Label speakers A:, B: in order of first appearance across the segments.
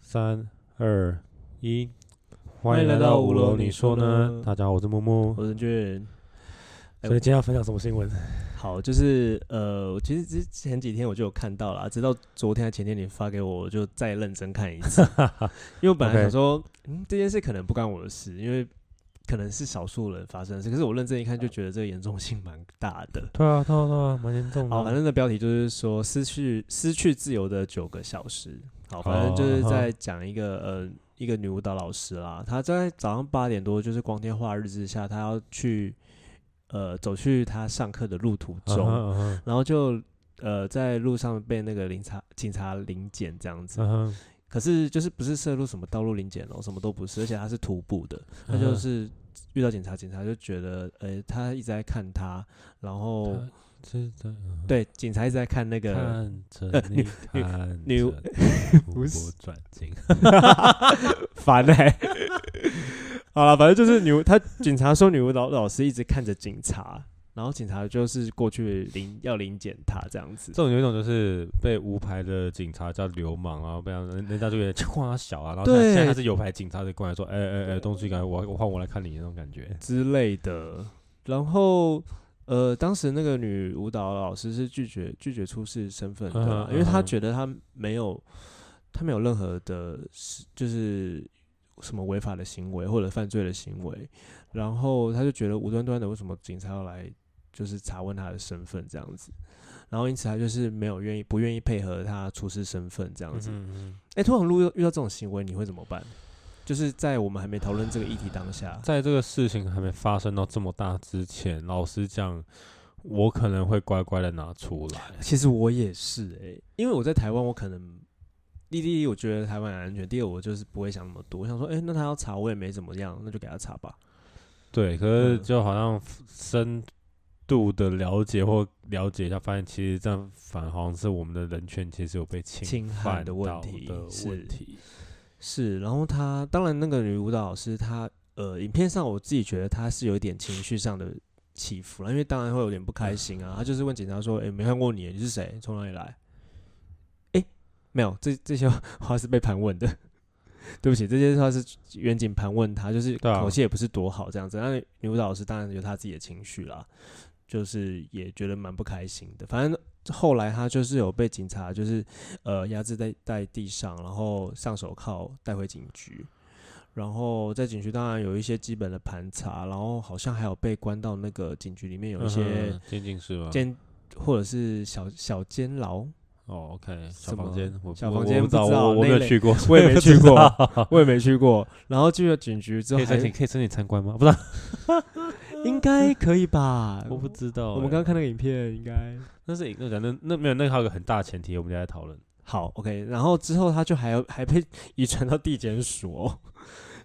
A: 三二一，欢
B: 欢
A: 迎
B: 迎
A: 来
B: 来
A: 到
B: 到
A: 五
B: 五
A: 楼，
B: 楼
A: 你
B: 你
A: 说
B: 说
A: 呢
B: 呢？
A: 大家好，我是木木。
B: 我是俊。哎
A: 所以今天要分享什么新闻？
B: 好，就是呃，其实之前几天我就有看到了，直到昨天还前天你发给我，我就再认真看 一次，因为我本来
A: OK
B: 想说，嗯，这件事可能不干我的事，因为可能是少数人发生的事，可是我认真一看就觉得这个严重性蛮大的。
A: 对啊，对啊，对啊，蛮严重
B: 好，反正的标题就是说失去失去自由的九个小时。好，反正就是
A: 哦
B: 在讲一个、呃一个女舞蹈老师啦，她在早上八点多就是光天化日之下，她要去呃走去她上课的路途中，
A: 嗯
B: 然后就呃在路上被那个警察警察临检这样子。
A: 哼，
B: 可是就是不是涉入什么道路临检哦，什么都不是，而且他是徒步的，他就
A: 嗯
B: 是遇到警察，警察就觉得，呃、他一直在看他，然后
A: 他是的，
B: 对，警察一直在看那个，
A: 看着你，
B: 女
A: 看
B: 女
A: 着
B: 不
A: 我
B: 是
A: 转睛，
B: 烦哎、好了，反正就是女巫，他警察说女舞蹈老师一直看着警察，然后警察就是过去临要临检他这样子
A: 这。种有一种就是被无牌的警察叫流氓啊，不然人人家就有点去夸他小啊，然后现在
B: 对
A: 现在他是有牌警察就过来说，哎哎哎，东西感觉我我换我来看你那种感觉。
B: 之类的。然后，呃，当时那个女舞蹈老师是拒绝拒绝出示身份的
A: 嗯，
B: 啦
A: 哼
B: 因为她
A: 嗯哼
B: 觉得她没有她没有任何的事，就是什么违法的行为或者犯罪的行为，然后她就觉得无端端的为什么警察要来就是查问她的身份这样子。然后，因此她就是没有愿意，不愿意配合她出示身份这样子。
A: 嗯，
B: 哎、通常如果遇到这种行为，你会怎么办？就是在我们还没讨论这个议题当下，
A: 在这个事情还没发生到这么大之前，老实讲，我可能会乖乖的拿出来。
B: 其实我也是诶、因为我在台湾，我可能第第一，我觉得台湾很安全；第二，我就是不会想那么多。我想说，欸诶、那他要查我也没怎么样，那就给他查吧。
A: 对，可是
B: 嗯
A: 就好像深度的了解或了解一下，发现其实这样反而好像是我们的人权其实有被侵
B: 侵
A: 犯
B: 害的问
A: 到
B: 题
A: 的
B: 是
A: 问题。
B: 是，然后他当然那个女舞蹈老师，她呃，影片上我自己觉得她是有一点情绪上的起伏了，因为当然会有点不开心
A: 嗯
B: 啊。她就是问警察说：“诶、没看过你，你是谁？从哪里来？”诶、没有，这这些话是被盘问的。 对不起，这些话是远景盘问他，就是
A: 对啊
B: 口气也不是多好这样子。那女舞蹈老师当然有她自己的情绪啦，就是也觉得蛮不开心的。反正后来她就是有被警察就是呃压制在在地上，然后上手铐带回警局，然后在警局当然有一些基本的盘查，然后好像还有被关到那个警局里面有一些
A: 嗯哼监禁是吗？
B: 监、或者是小小监牢，
A: 哦，OK，小
B: 什
A: 房
B: 么
A: 间，我
B: 小
A: 我
B: 房
A: 我
B: 间
A: 不
B: 不
A: 知道，
B: 知道
A: 我我没
B: 那
A: 有
B: 类
A: 去过，
B: 我也没去过
A: 过。哎
B: 我也没去过。然后进了警局之
A: 可
B: 后
A: 以申请，
B: 还，
A: 可以申请参观吗？不知道，
B: 应该可以吧？
A: 我不知道欸。
B: 我们刚刚看那个影片，应该
A: 那是一个人，那那没有，那还有个很大的前提，我们等一下来讨论。
B: 好 OK。然后之后他就还要还被 遗传到地检署、哦，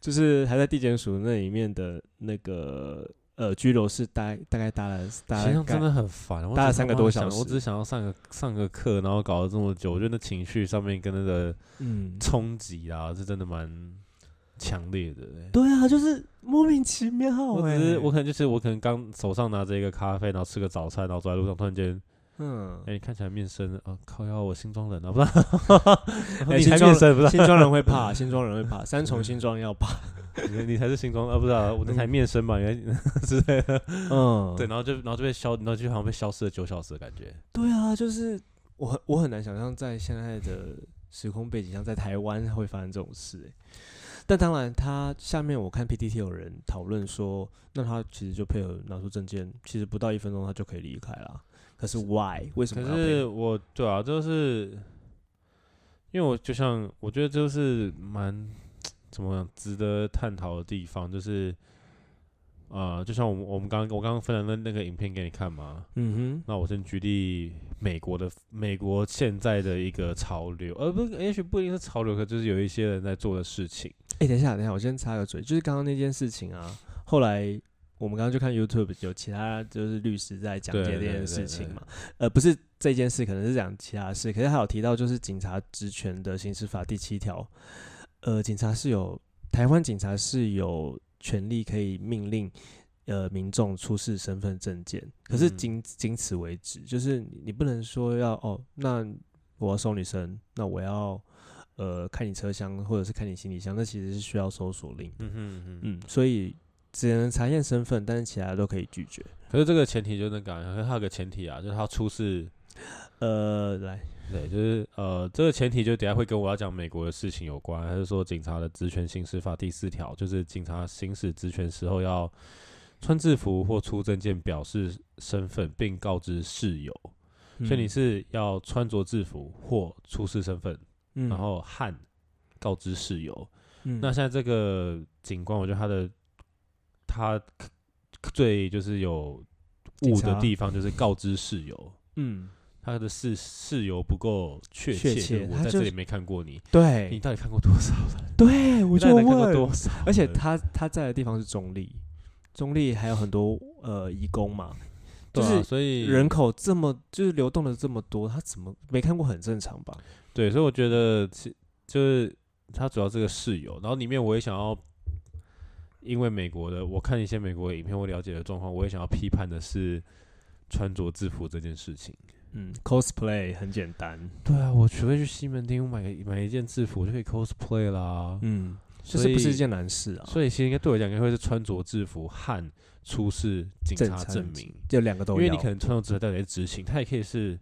B: 就是还在地检署那里面的那个呃拘留室待大概待了大
A: 其实
B: 概
A: 真的很烦，我
B: 搭了
A: 只
B: 三个
A: 他妈
B: 多
A: 想
B: 小时
A: 我只想要上个上个课，然后搞了这么久，我觉得那情绪上面跟那个
B: 嗯，
A: 冲击啊，是真的蛮强烈的欸、
B: 对啊，就是莫名其妙、欸。
A: 我只是我可能就是我可能刚手上拿着一个咖啡，然后吃个早餐，然后走在路上，突然间，
B: 嗯
A: 哎、，你看起来面生啊，靠腰，我新庄人啊，不是？然后
B: 哎
A: 你
B: 新
A: 才
B: 庄
A: 面生不是？
B: 新庄人会怕，新庄人会怕，三重新庄要怕。
A: 你你才是新庄啊，不是、啊？我那才面生嘛，原来 之类的。
B: 嗯，
A: 对，然后就然后就被消，然后就好像被消失了九小时的感觉。
B: 对啊，就是我很我很难想象在现在的时空背景下，在台湾会发生这种事、欸。但当然，他下面我看 PTT 有人讨论说，那他其实就配合拿出证件，其实不到一分钟他就可以离开啦。可是 why？为什
A: 可
B: 么要配
A: 是
B: 合？
A: 我对啊，就是因为我就像我觉得就是蛮怎么讲值得探讨的地方，就是呃，就像我们我们刚我刚刚分享的那个影片给你看嘛，
B: 嗯
A: 那我先举例美国的美国现在的一个潮流，而、不也许不一定是潮流，可就是有一些人在做的事情。
B: 哼，哎、等一下，等一下，我先插个嘴，就是刚刚那件事情啊，后来。我们刚刚就看 YouTube 有其他就是律师在讲解
A: 对
B: 这
A: 对
B: 件
A: 对
B: 事情
A: 对
B: 嘛，呃，不是这件事，可能是讲其他事，可是还有提到就是警察职权的刑事法第七条，呃，警察是有台湾警察是有权利可以命令呃民众出示身份证件，可是
A: 嗯
B: 仅仅此为止，就是你不能说要哦，那我要收女生，那我要呃看你车厢或者是看你行李箱，那其实是需要搜索令的。
A: 嗯哼嗯哼。
B: 嗯，所以只能查验身份，但是其他都可以拒绝。
A: 可是这个前提就那个啊，可是它有个前提啊，就是它出示，
B: 呃，来，
A: 对，就是呃，这个前提就等一下会跟我要讲美国的事情有关，还是说警察的职权行使法第四条，就是警察行使职权时候要穿制服或出证件表示身份，并告知室友。所
B: 嗯
A: 以你是要穿着制服或出示身份，
B: 嗯，嗯
A: 然后和告知室友。
B: 嗯
A: 那现在这个警官，我觉得他的他最就是有
B: 警
A: 误的
B: 察
A: 地方，就是告知室友。
B: 嗯，
A: 他的室室友不够确
B: 确
A: 切，
B: 切
A: 就是我哎
B: 他
A: 在
B: 就
A: 这里
B: 是
A: 没看过你，你
B: 对
A: 到底看过多少了？
B: 对，哎
A: 你
B: 我就
A: 到底看过
B: 问
A: 多，呃少了？
B: 而且他他在的地方是中立，中立还有很多呃义工嘛，就
A: 对啊
B: 是
A: 所以
B: 人口这么就是流动的这么多，他怎么没看过很正常吧？
A: 对，所以我觉得其就是他主要这个室友，然后里面我也想要，因为美国的我看一些美国的影片，我了解的状况，我也想要批判的是穿着制服这件事情。
B: 嗯，cosplay 很简单，
A: 对啊，我除非去西门町买个买一件制服，我就可以 cosplay 啦。
B: 嗯，这
A: 所
B: 是不是
A: 以
B: 一件难事啊？
A: 所以其实应该对我来讲，应该会是穿着制服和出示警
B: 正
A: 察
B: 常
A: 证明，
B: 就两个都
A: 因
B: 要，
A: 为你可能穿着制服在里面执勤，他也可以是。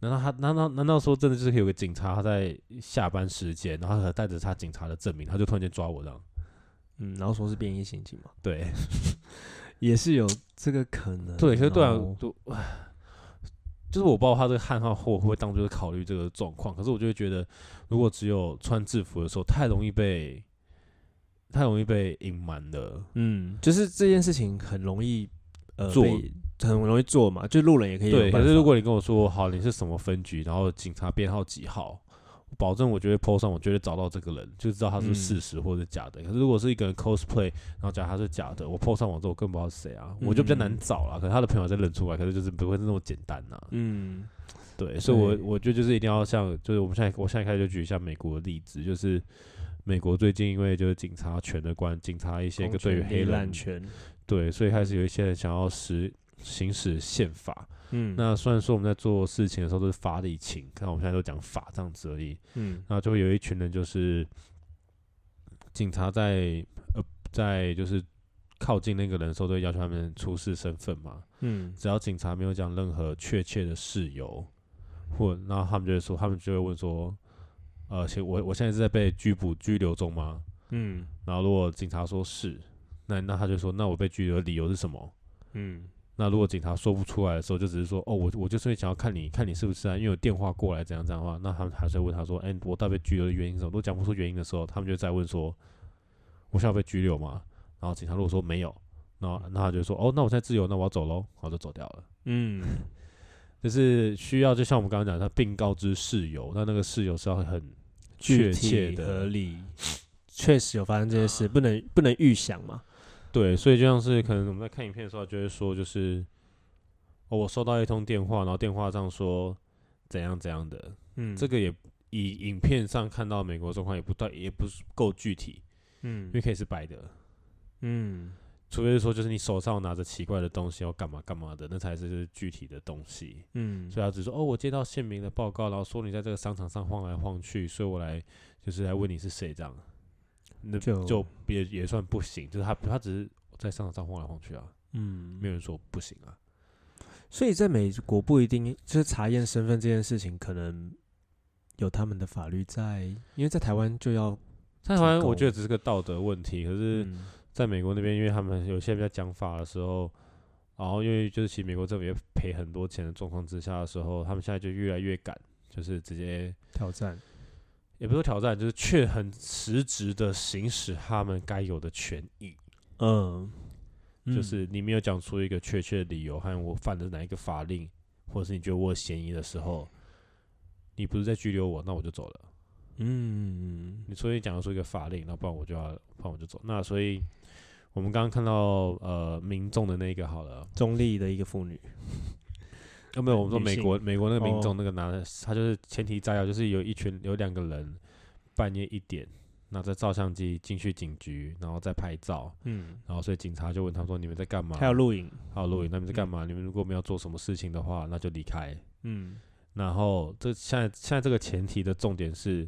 A: 难道他难道难道说真的就是可以有个警察他在下班时间，然后他带着他警察的证明，他就突然间抓我这样？
B: 嗯，然后说是便衣刑警嘛，
A: 对
B: 也是有这个可能哦。
A: 对，所以对啊，就唉就是我不知道他这个汉化货会不会当就是考虑这个状况，可是我就会觉得，如果只有穿制服的时候，太容易被太容易被隐瞒了。
B: 嗯，就是这件事情很容易呃
A: 做
B: 被很容易做嘛，就路人也可以有
A: 对，可
B: 办
A: 是如
B: 法
A: 果你跟我说好你是什么分局，然后警察编号几号，我保证我绝对 PO 上，我绝对找到这个人，就知道他是不是
B: 嗯
A: 事实或者是假的。可是如果是一个人 cosplay，然后假如他是假的，我 PO 上网之后我更不知道是谁啊，我就比较难
B: 嗯
A: 找啦。可能他的朋友再认出来，可是就是不会是那么简单呐、
B: 嗯
A: 对，所以我，
B: 对
A: 我觉得就是一定要像，就是我们现在，我现在开始就举一下美国的例子，就是美国最近因为就是警察权的关，警察一些
B: 公
A: 个对于
B: 权
A: 黑
B: 力
A: 人
B: 滥，权，
A: 对，所以开始有一些人想要实行使宪法。
B: 嗯
A: 那虽然说我们在做事情的时候都是法理情，看我们现在都讲法这样子而已，
B: 嗯
A: 那就会有一群人就是警察在呃在就是靠近那个人的时候，都会要求他们出示身份嘛。
B: 嗯
A: 只要警察没有讲任何确切的事由，或然后他们就会说，他们就会问说，呃，现我我现在是在被拘捕拘留中吗？
B: 嗯
A: 然后如果警察说是，那那他就说，那我被拘留的理由是什么？
B: 嗯
A: 那如果警察说不出来的时候，就只是说，哦，我我就是想要看你看你是不是啊，因为有电话过来怎样怎样的话，那他们还是会问他说，哎、我到底被拘留的原因是什么？都讲不出原因的时候，他们就再问说，我想要被拘留吗？然后警察如果说没有，那那他就说，哦，那我现在自由，那我要走喽，然后就走掉了。
B: 嗯，
A: 就是需要，就像我们刚刚讲，他并告知室友，那那个室友是要很确
B: 具
A: 切
B: 体合
A: 的，
B: 理，啊确实有发生这些事，不能不能预想嘛。
A: 对，所以就像是可能我们在看影片的时候，就会说，就是、哦、我收到一通电话，然后电话上说怎样怎样的，
B: 嗯
A: 这个也以影片上看到美国状况也不到，也不是够具体，
B: 嗯
A: 因为可以是白的，
B: 嗯
A: 除非是说就是你手上拿着奇怪的东西要干嘛干嘛的，那才是就是具体的东西。
B: 嗯
A: 所以他只是说哦，我接到县民的报告，然后说你在这个商场上晃来晃去，所以我来就是来问你是谁这样，那
B: 就
A: 就也也算不行，就是他他只是在商场上晃来晃去啊，
B: 嗯
A: 没有人说不行啊。
B: 所以在美国不一定就是查验身份这件事情，可能有他们的法律在，因为在台湾就要
A: 在台湾
B: 提供
A: 我觉得只是个道德问题，可是
B: 嗯
A: 在美国那边，因为他们有些人在讲法的时候，然后因为就是其实美国政府也赔很多钱的状况之下的时候，他们现在就越来越敢，就是直接
B: 挑战。
A: 也不是说挑战，就是却很实质的行使他们该有的权益。
B: 嗯，
A: 就
B: 嗯
A: 是你没有讲出一个确切的理由和我犯了哪一个法令，或者是你觉得我有嫌疑的时候，你不是在拘留我，那我就走了。
B: 嗯
A: 你除非讲得出一个法令，那不然我就要，不然我就走。那所以我们刚刚看到呃民众的那个好了，
B: 中立的一个妇女。
A: 啊没有，我们说
B: 女
A: 美
B: 性
A: 国美国那个民
B: 哦
A: 众那个拿的，他就是前提摘要，就是有一群有两个人半夜一点拿着照相机进去警局，然后再拍照，
B: 嗯，
A: 然后所以警察就问他说你们在干嘛？
B: 还有嗯录影。
A: 还有录影，那你们在干嘛？你们如果没有做什么事情的话，那就离开。
B: 嗯
A: 然后这现在现在这个前提的重点是，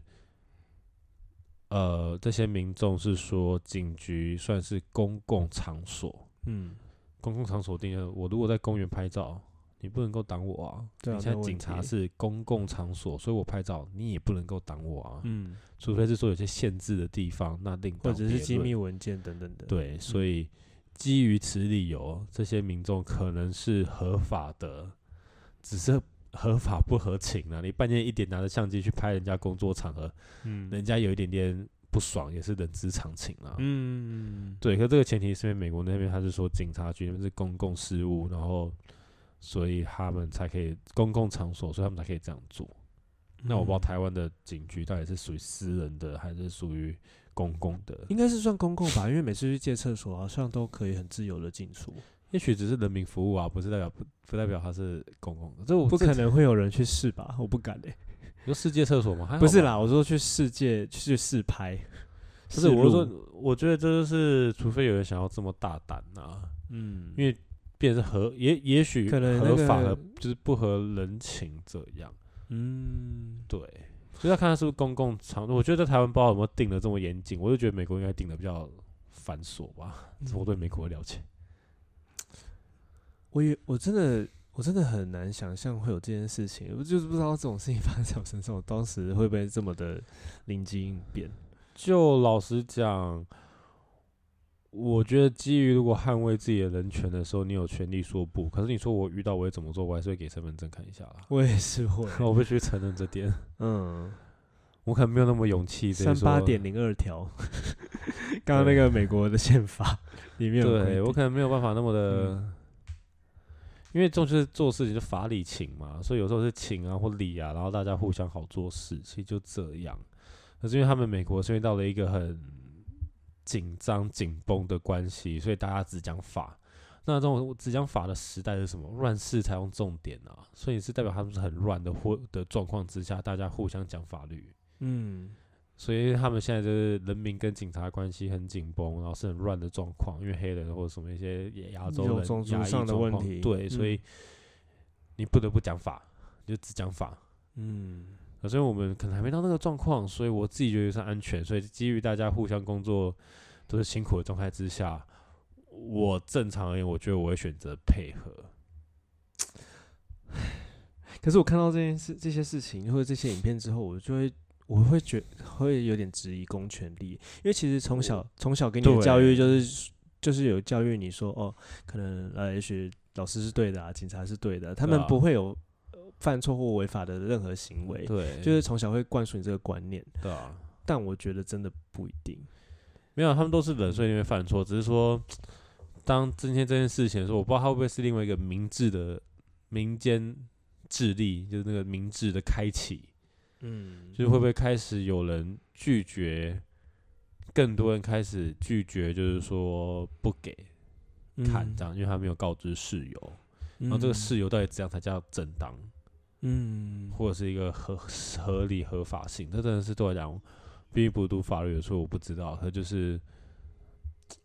A: 呃，这些民众是说警局算是公共场所，
B: 嗯，
A: 公共场所定的，我如果在公园拍照，你不能够挡我啊。
B: 对啊
A: 你现在
B: 没有
A: 警
B: 问
A: 察
B: 题
A: 是公共场所，所以我拍照你也不能够挡我啊。
B: 嗯，
A: 除非是说有些限制的地方，那另
B: 或
A: 当
B: 者
A: 别
B: 是机
A: 论
B: 密嗯文件等等的，，
A: 对，所以基于此理由，这些民众可能是合法的，只是合法不合情啊。你半夜一点拿着相机去拍人家工作场合，
B: 嗯
A: 人家有一点点不爽，也是人之常情啊。
B: 嗯，
A: 对，可这个前提是因为美国那边他是说警察局那边是公共事务，然后所以他们才可以公共场所，所以他们才可以这样做。那我不知道
B: 嗯
A: 台湾的警局到底是属于私人的还是属于公共的，
B: 应该是算公共吧，因为每次去借厕所好像都可以很自由的进出，
A: 也许只是人民服务啊，不是代表不不代表它是公共的。这我
B: 不
A: 这
B: 可能会有人去试吧？我不敢哎、
A: 你说世界厕所吗？还好
B: 不是
A: 吧，
B: 啦，我说去世界去试拍，
A: 不是我是
B: 是
A: 说，我觉得这就是除非有人想要这么大胆啊，
B: 嗯，
A: 因为变成合也也许
B: 可能那
A: 合法
B: 个
A: 的就是不合人情这样。
B: 嗯，
A: 对，所以要看他是不是公共场。我觉得在台湾不知道有没有定的这么严谨，我就觉得美国应该定的比较繁琐吧。
B: 嗯
A: 这是我对美国的了解。
B: 我也我真的我真的很难想象会有这件事情，我就是不知道这种事情发生在我身上，我当时会不会这么的灵机应变？
A: 就老实讲，我觉得基于如果捍卫自己的人权的时候，你有权利说不。可是你说我遇到我会怎么做，我还是会给身份证看一下啦。
B: 我也是会，
A: 我必须承认这点，
B: 嗯，
A: 我可能没有那么勇气。直接
B: 三八
A: 说
B: 点零二条， 刚刚那个美国的宪法里面有规
A: 对
B: 定嗯
A: 我可能没有办法那么的，因为这种就是做事情就法理情嘛，所以有时候是情啊或理啊，然后大家互相好做事，其实就这样。可是因为他们美国是因为到了一个很紧张紧绷的关系，所以大家只讲法。那这种只讲法的时代是什么？乱世才用重点啊，所以是代表他们是很乱的或的状况之下，大家互相讲法律。
B: 嗯
A: 所以他们现在就是人民跟警察关系很紧绷，然后是很乱的状况，因为黑人或者什么一些亚洲
B: 有
A: 人
B: 种族
A: 亚裔
B: 上的
A: 状
B: 问
A: 况
B: 题嗯
A: 对，所以你不得不讲法，你就只讲法。
B: 嗯
A: 可是我们可能还没到那个状况，所以我自己觉得是安全。所以基于大家互相工作都是辛苦的状态之下，我正常而言，我觉得我会选择配合。
B: 可是我看到这件事、这些事情或者这些影片之后，我就会我会觉会有点质疑公权力，因为其实从小从小给你的
A: 对
B: 教育就是就是有教育你说哦，可能呃，也许老师是对的啊，警察是对的，他
A: 对
B: 们
A: 啊
B: 不会有呃犯错或违法的任何行为，
A: 对，
B: 嗯就是从小会灌输你这个观念，
A: 对啊。
B: 但我觉得真的不一定。
A: 没有，他们都是人，所以你会犯错。只是说，当今天这件事情的时候，我不知道他会不会是另外一个明智的民间智力，就是那个明智的开启，
B: 嗯
A: 就是会不会开始有人拒绝，更多人开始拒绝，就是说不给
B: 嗯
A: 看这样，因为他没有告知室友，然
B: 然
A: 后这个事由到底怎样才叫正当，
B: 嗯
A: 或者是一个合合理合法性？这真的是对我来讲，毕竟不读法律的，所以我不知道。可就是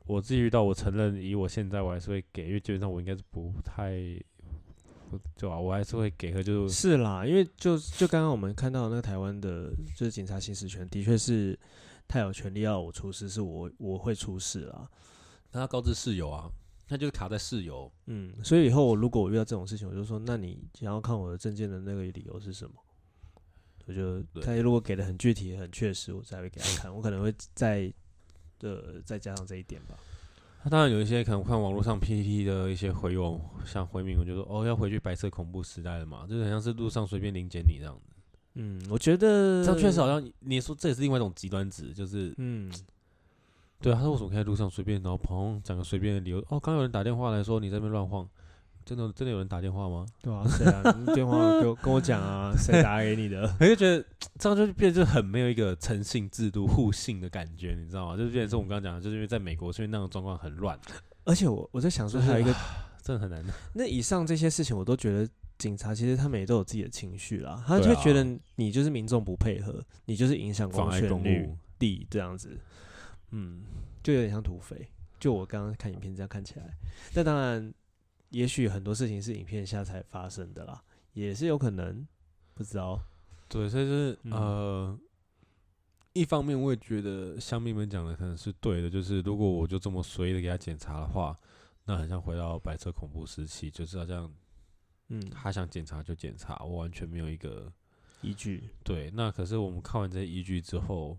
A: 我自己遇到，我承认，以我现在我还是会给，因为基本上我应该是不太，不对啊吧、我还是会给。可就是
B: 是啦，因为就就刚刚我们看到那个台湾的，就是警察行使权，的确是他有权利要我出示，是我我会出示啦。
A: 他告知室友啊，他就是卡在室友。
B: 嗯，所以以后我如果我遇到这种事情，我就说，那你想要看我的证件的那个理由是什么？我就
A: 对
B: 他如果给的很具体、很确实，我才会给他看。我可能会再呃再加上这一点吧。
A: 他当然有一些可能看网络上 PPT 的一些回文，像回民，我就说哦，要回去白色恐怖时代了嘛，就是很像是路上随便临检你这样子。
B: 嗯，我觉得
A: 这样确实，好像你说这也是另外一种极端值，就是
B: 嗯，
A: 对啊，他说为什么可以在路上随便，然后朋友讲个随便的理由？哦，刚有人打电话来说你在那边乱晃，真的真的有人打电话吗？
B: 对啊，谁啊？你电话给我跟我讲啊， 谁打给你的？
A: 我就觉得这样就变得就很没有一个诚信制度互信的感觉，你知道吗？就是变成是我们刚刚讲的，就是因为在美国，所以那种状况很乱，
B: 而且我我在想说，
A: 就是
B: 还有一个
A: 真的很难。
B: 那以上这些事情，我都觉得警察其实他们也都有自己的情绪啦，他就
A: 对
B: 会
A: 啊
B: 觉得你就是民众不配合，你就是影响
A: 妨
B: 公
A: 碍
B: 权
A: 公
B: 力
A: 务，
B: 力这样子，嗯，就有点像土匪。就我刚刚看影片这样看起来，那当然，也许很多事情是影片下才发生的啦，也是有可能，不知道。
A: 对，所以就是、
B: 嗯
A: 呃，一方面我也觉得香蜜们讲的可能是对的，就是如果我就这么随意的给他检查的话，那很像回到白色恐怖时期，就是好像
B: 嗯，
A: 他想检查就检查，我完全没有一个
B: 依据，
A: 对，那可是我们看完这些依据之后，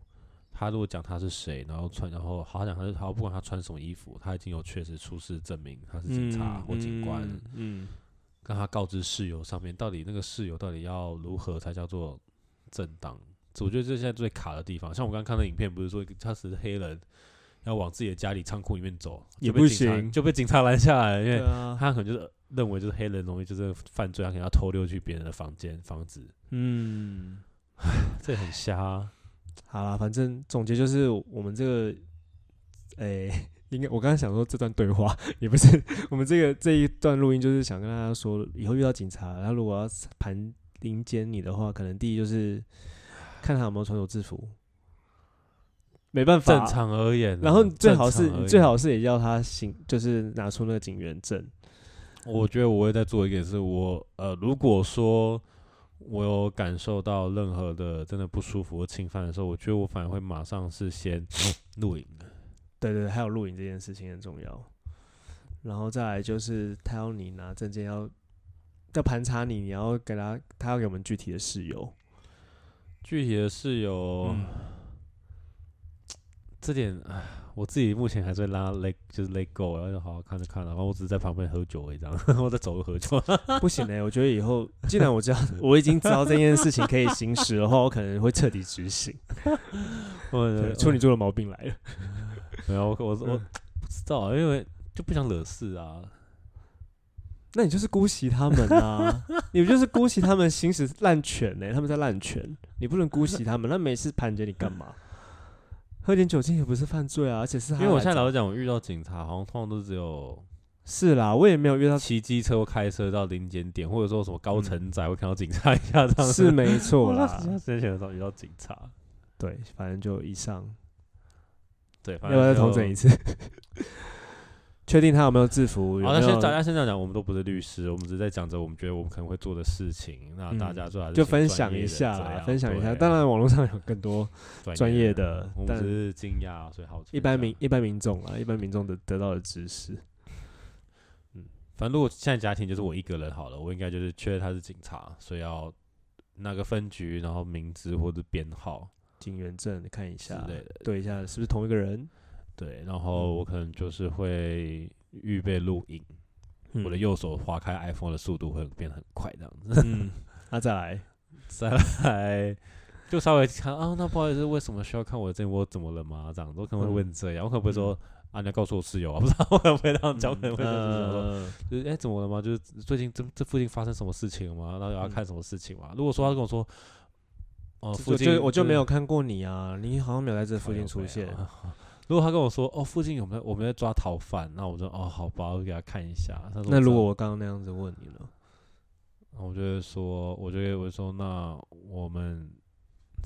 A: 他如果讲他是谁，然后穿，然后好讲他是好，不管他穿什么衣服，他已经有确实出示证明他是警察或警官，
B: 嗯，
A: 跟他告知室友上面到底那个室友到底要如何才叫做正当？这我觉得这现在最卡的地方。像我刚刚看的影片，不是说他是黑人要往自己的家里仓库里面走，
B: 也
A: 就被
B: 不
A: 警察
B: 行
A: 就被警察拦下来，因
B: 对
A: 为
B: 啊，
A: 他可能就是认为就是黑人容易就是犯罪，他可能要偷溜去别人的房间房子，
B: 嗯，
A: 这也很瞎啊、
B: 好啦，反正总结就是我们这个，诶、 应该我刚刚想说这段对话 也不是我们这个这一段录音，就是想跟大家说，以后遇到警察，他如果要盘临检你的话，可能第一就是看他有没有穿着制服，没办法，
A: 正。常而言啊、
B: 然后你最好
A: 正
B: 是
A: 常而
B: 你
A: 言
B: 最，好是也要他行，就是拿出那个警员证。
A: 我觉得我会再做一个，是我呃，如果说我有感受到任何的真的不舒服或侵犯的时候，我觉得我反而会马上是先 哦录影。
B: 对对，对还有录影这件事情很重要。然后再来就是他要你拿证件要要盘查你，你要给他他要给我们具体的事由。
A: 具体的室友，
B: 嗯
A: 这点唉我自己目前还是拉 let 就是 let go，然后就好好看着看了，然后我只是在旁边喝酒而已，这样 我在走路喝 酒。
B: 不行嘞、我觉得以后既然我知道 我已经知道这件事情可以行使的话，我可能会彻底执行。
A: 我
B: 对处女座的毛病来了，
A: 没有，我我我
B: 嗯
A: 不知道，因为就不想惹事啊。
B: 那你就是姑息他们啊！你不就是姑息他们行使滥权呢、他们在滥权，你不能姑息他们。那每次盘着你干嘛？喝点酒精也不是犯罪啊，而且是他
A: 因为我
B: 来
A: 现在
B: 找
A: 老实讲，我遇到警察好像通常都只有
B: 是啦，我也没有遇到
A: 骑机车或开车到临检点，或者说什么高层仔会看到警察一下这样
B: 嗯是
A: 子。
B: 没错
A: 我
B: 啦，
A: 之前的时候遇到警察，
B: 对，反正就以上，
A: 对，
B: 要
A: 反
B: 不
A: 正
B: 要再
A: 就
B: 重整一。次？ 确定他有没有制服？有
A: 好，
B: 没
A: 那先大
B: 有
A: 家先这样讲，我们都不是律师，我们只是在讲着我们觉得我们可能会做的事情。那
B: 嗯
A: 大家最好还是
B: 就
A: 请
B: 分
A: 专
B: 享
A: 业
B: 一
A: 的
B: 下
A: 这
B: 啦，
A: 样
B: 分享一下。
A: 对
B: 当然，网络上有更多专业的
A: 我们
B: 但
A: 只是惊讶，啊所以好奇
B: 一般民。一般民众啊，一般民众的得到的知识。
A: 反正如果现在家庭就是我一个人好了，我应该就是确认他是警察，所以要那个分局，然后名字或者编号
B: 警员证看一
A: 之
B: 下，
A: 类的。
B: 对一下是不是同一个人？
A: 对，然后
B: 嗯
A: 我可能就是会预备录影，我 的
B: 嗯
A: 右手划开 iPhone 的速度会变得很快，这样子。
B: 嗯，那再来，
A: 再来就稍微看啊，那不好意思，为什么需要看我的证？我怎么了吗？这样子我可能会
B: 嗯
A: 问这样，我可能不会说、啊，你要告诉我室友啊，不知 道我可能会这样讲，可能会就是说，
B: 呃
A: 就是哎、怎么了吗？就是最近这这附近发生什么事情了吗？然后有要
B: 嗯
A: 看什么事情吗？如果说他跟我说，哦、
B: 就
A: 附
B: 就
A: 近
B: 就我就是没有看过你啊，你好像没有在这附近
A: 靠
B: 出
A: 腰背
B: 现
A: 啊。 如果他跟我说哦，附近有没有我们在抓逃犯，那我就哦好吧，我给他看一下。他说
B: 那
A: 我知
B: 如
A: 道
B: 果我刚刚那样子问你呢？
A: 然后我就会说，我就会我就说，那我们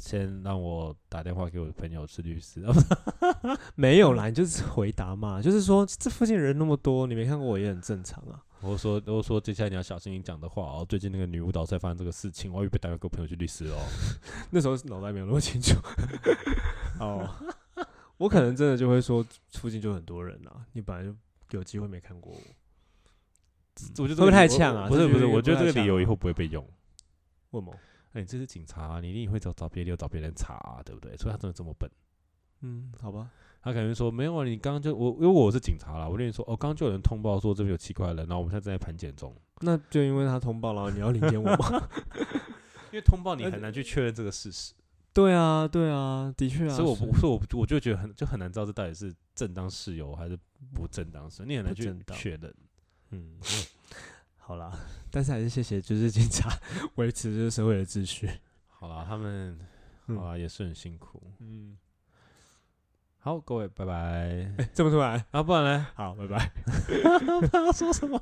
A: 先让我打电话给我的朋友是律师， 啊不是
B: 没有啦，
A: 嗯
B: 你就是回答嘛，就是说这附近人那么多，你没看过我也很正常啊。
A: 我说我说接下来你要小心你讲的话哦。最近那个女舞蹈才发生这个事情，我预备打电话给我朋友去律师 哦。
B: 那时候脑袋没有那么 清楚。哦，我可能真的就会说附近就很多人啊，你本来就有机会没看过我。
A: 我觉得这
B: 会不会
A: 个
B: 太
A: 理由
B: 呛啊
A: 嗯不是
B: 这
A: 不是，
B: 觉得
A: 我觉得
B: 不太
A: 这个理由
B: 呛啊
A: 以后不会被用。
B: 为什么？
A: 哎，你这是警察啊、你一定会找找别人找别人查、啊，对不对？所以他真的这么笨。
B: 嗯，好吧，
A: 他可能说没有啊，你刚刚就我因为我是警察啦，我跟你说哦，刚刚就有人通报说这边有奇怪的人，然后我们现在正在盘检中。
B: 那就因为他通报，然后你要理解我吗？
A: 因为通报你
B: 而
A: 很
B: 且
A: 难去确认这个事实，
B: 对啊，对啊，的确啊。
A: 所以我不，所以我我就觉得很就很难知道这到底是正当事由还是不正当事由，你很难
B: 不
A: 去
B: 正当
A: 确认。
B: 嗯，好啦，但是还是谢谢，就是警察 维持这个社会的秩序。
A: 好啦，他们好
B: 嗯
A: 啦、也是很辛苦。
B: 嗯，
A: 好，各位拜拜。
B: 这么突然，
A: 啊，不然呢？
B: 好，拜拜。
A: 不知道说什么。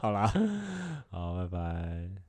B: 好啦。
A: 好，拜拜。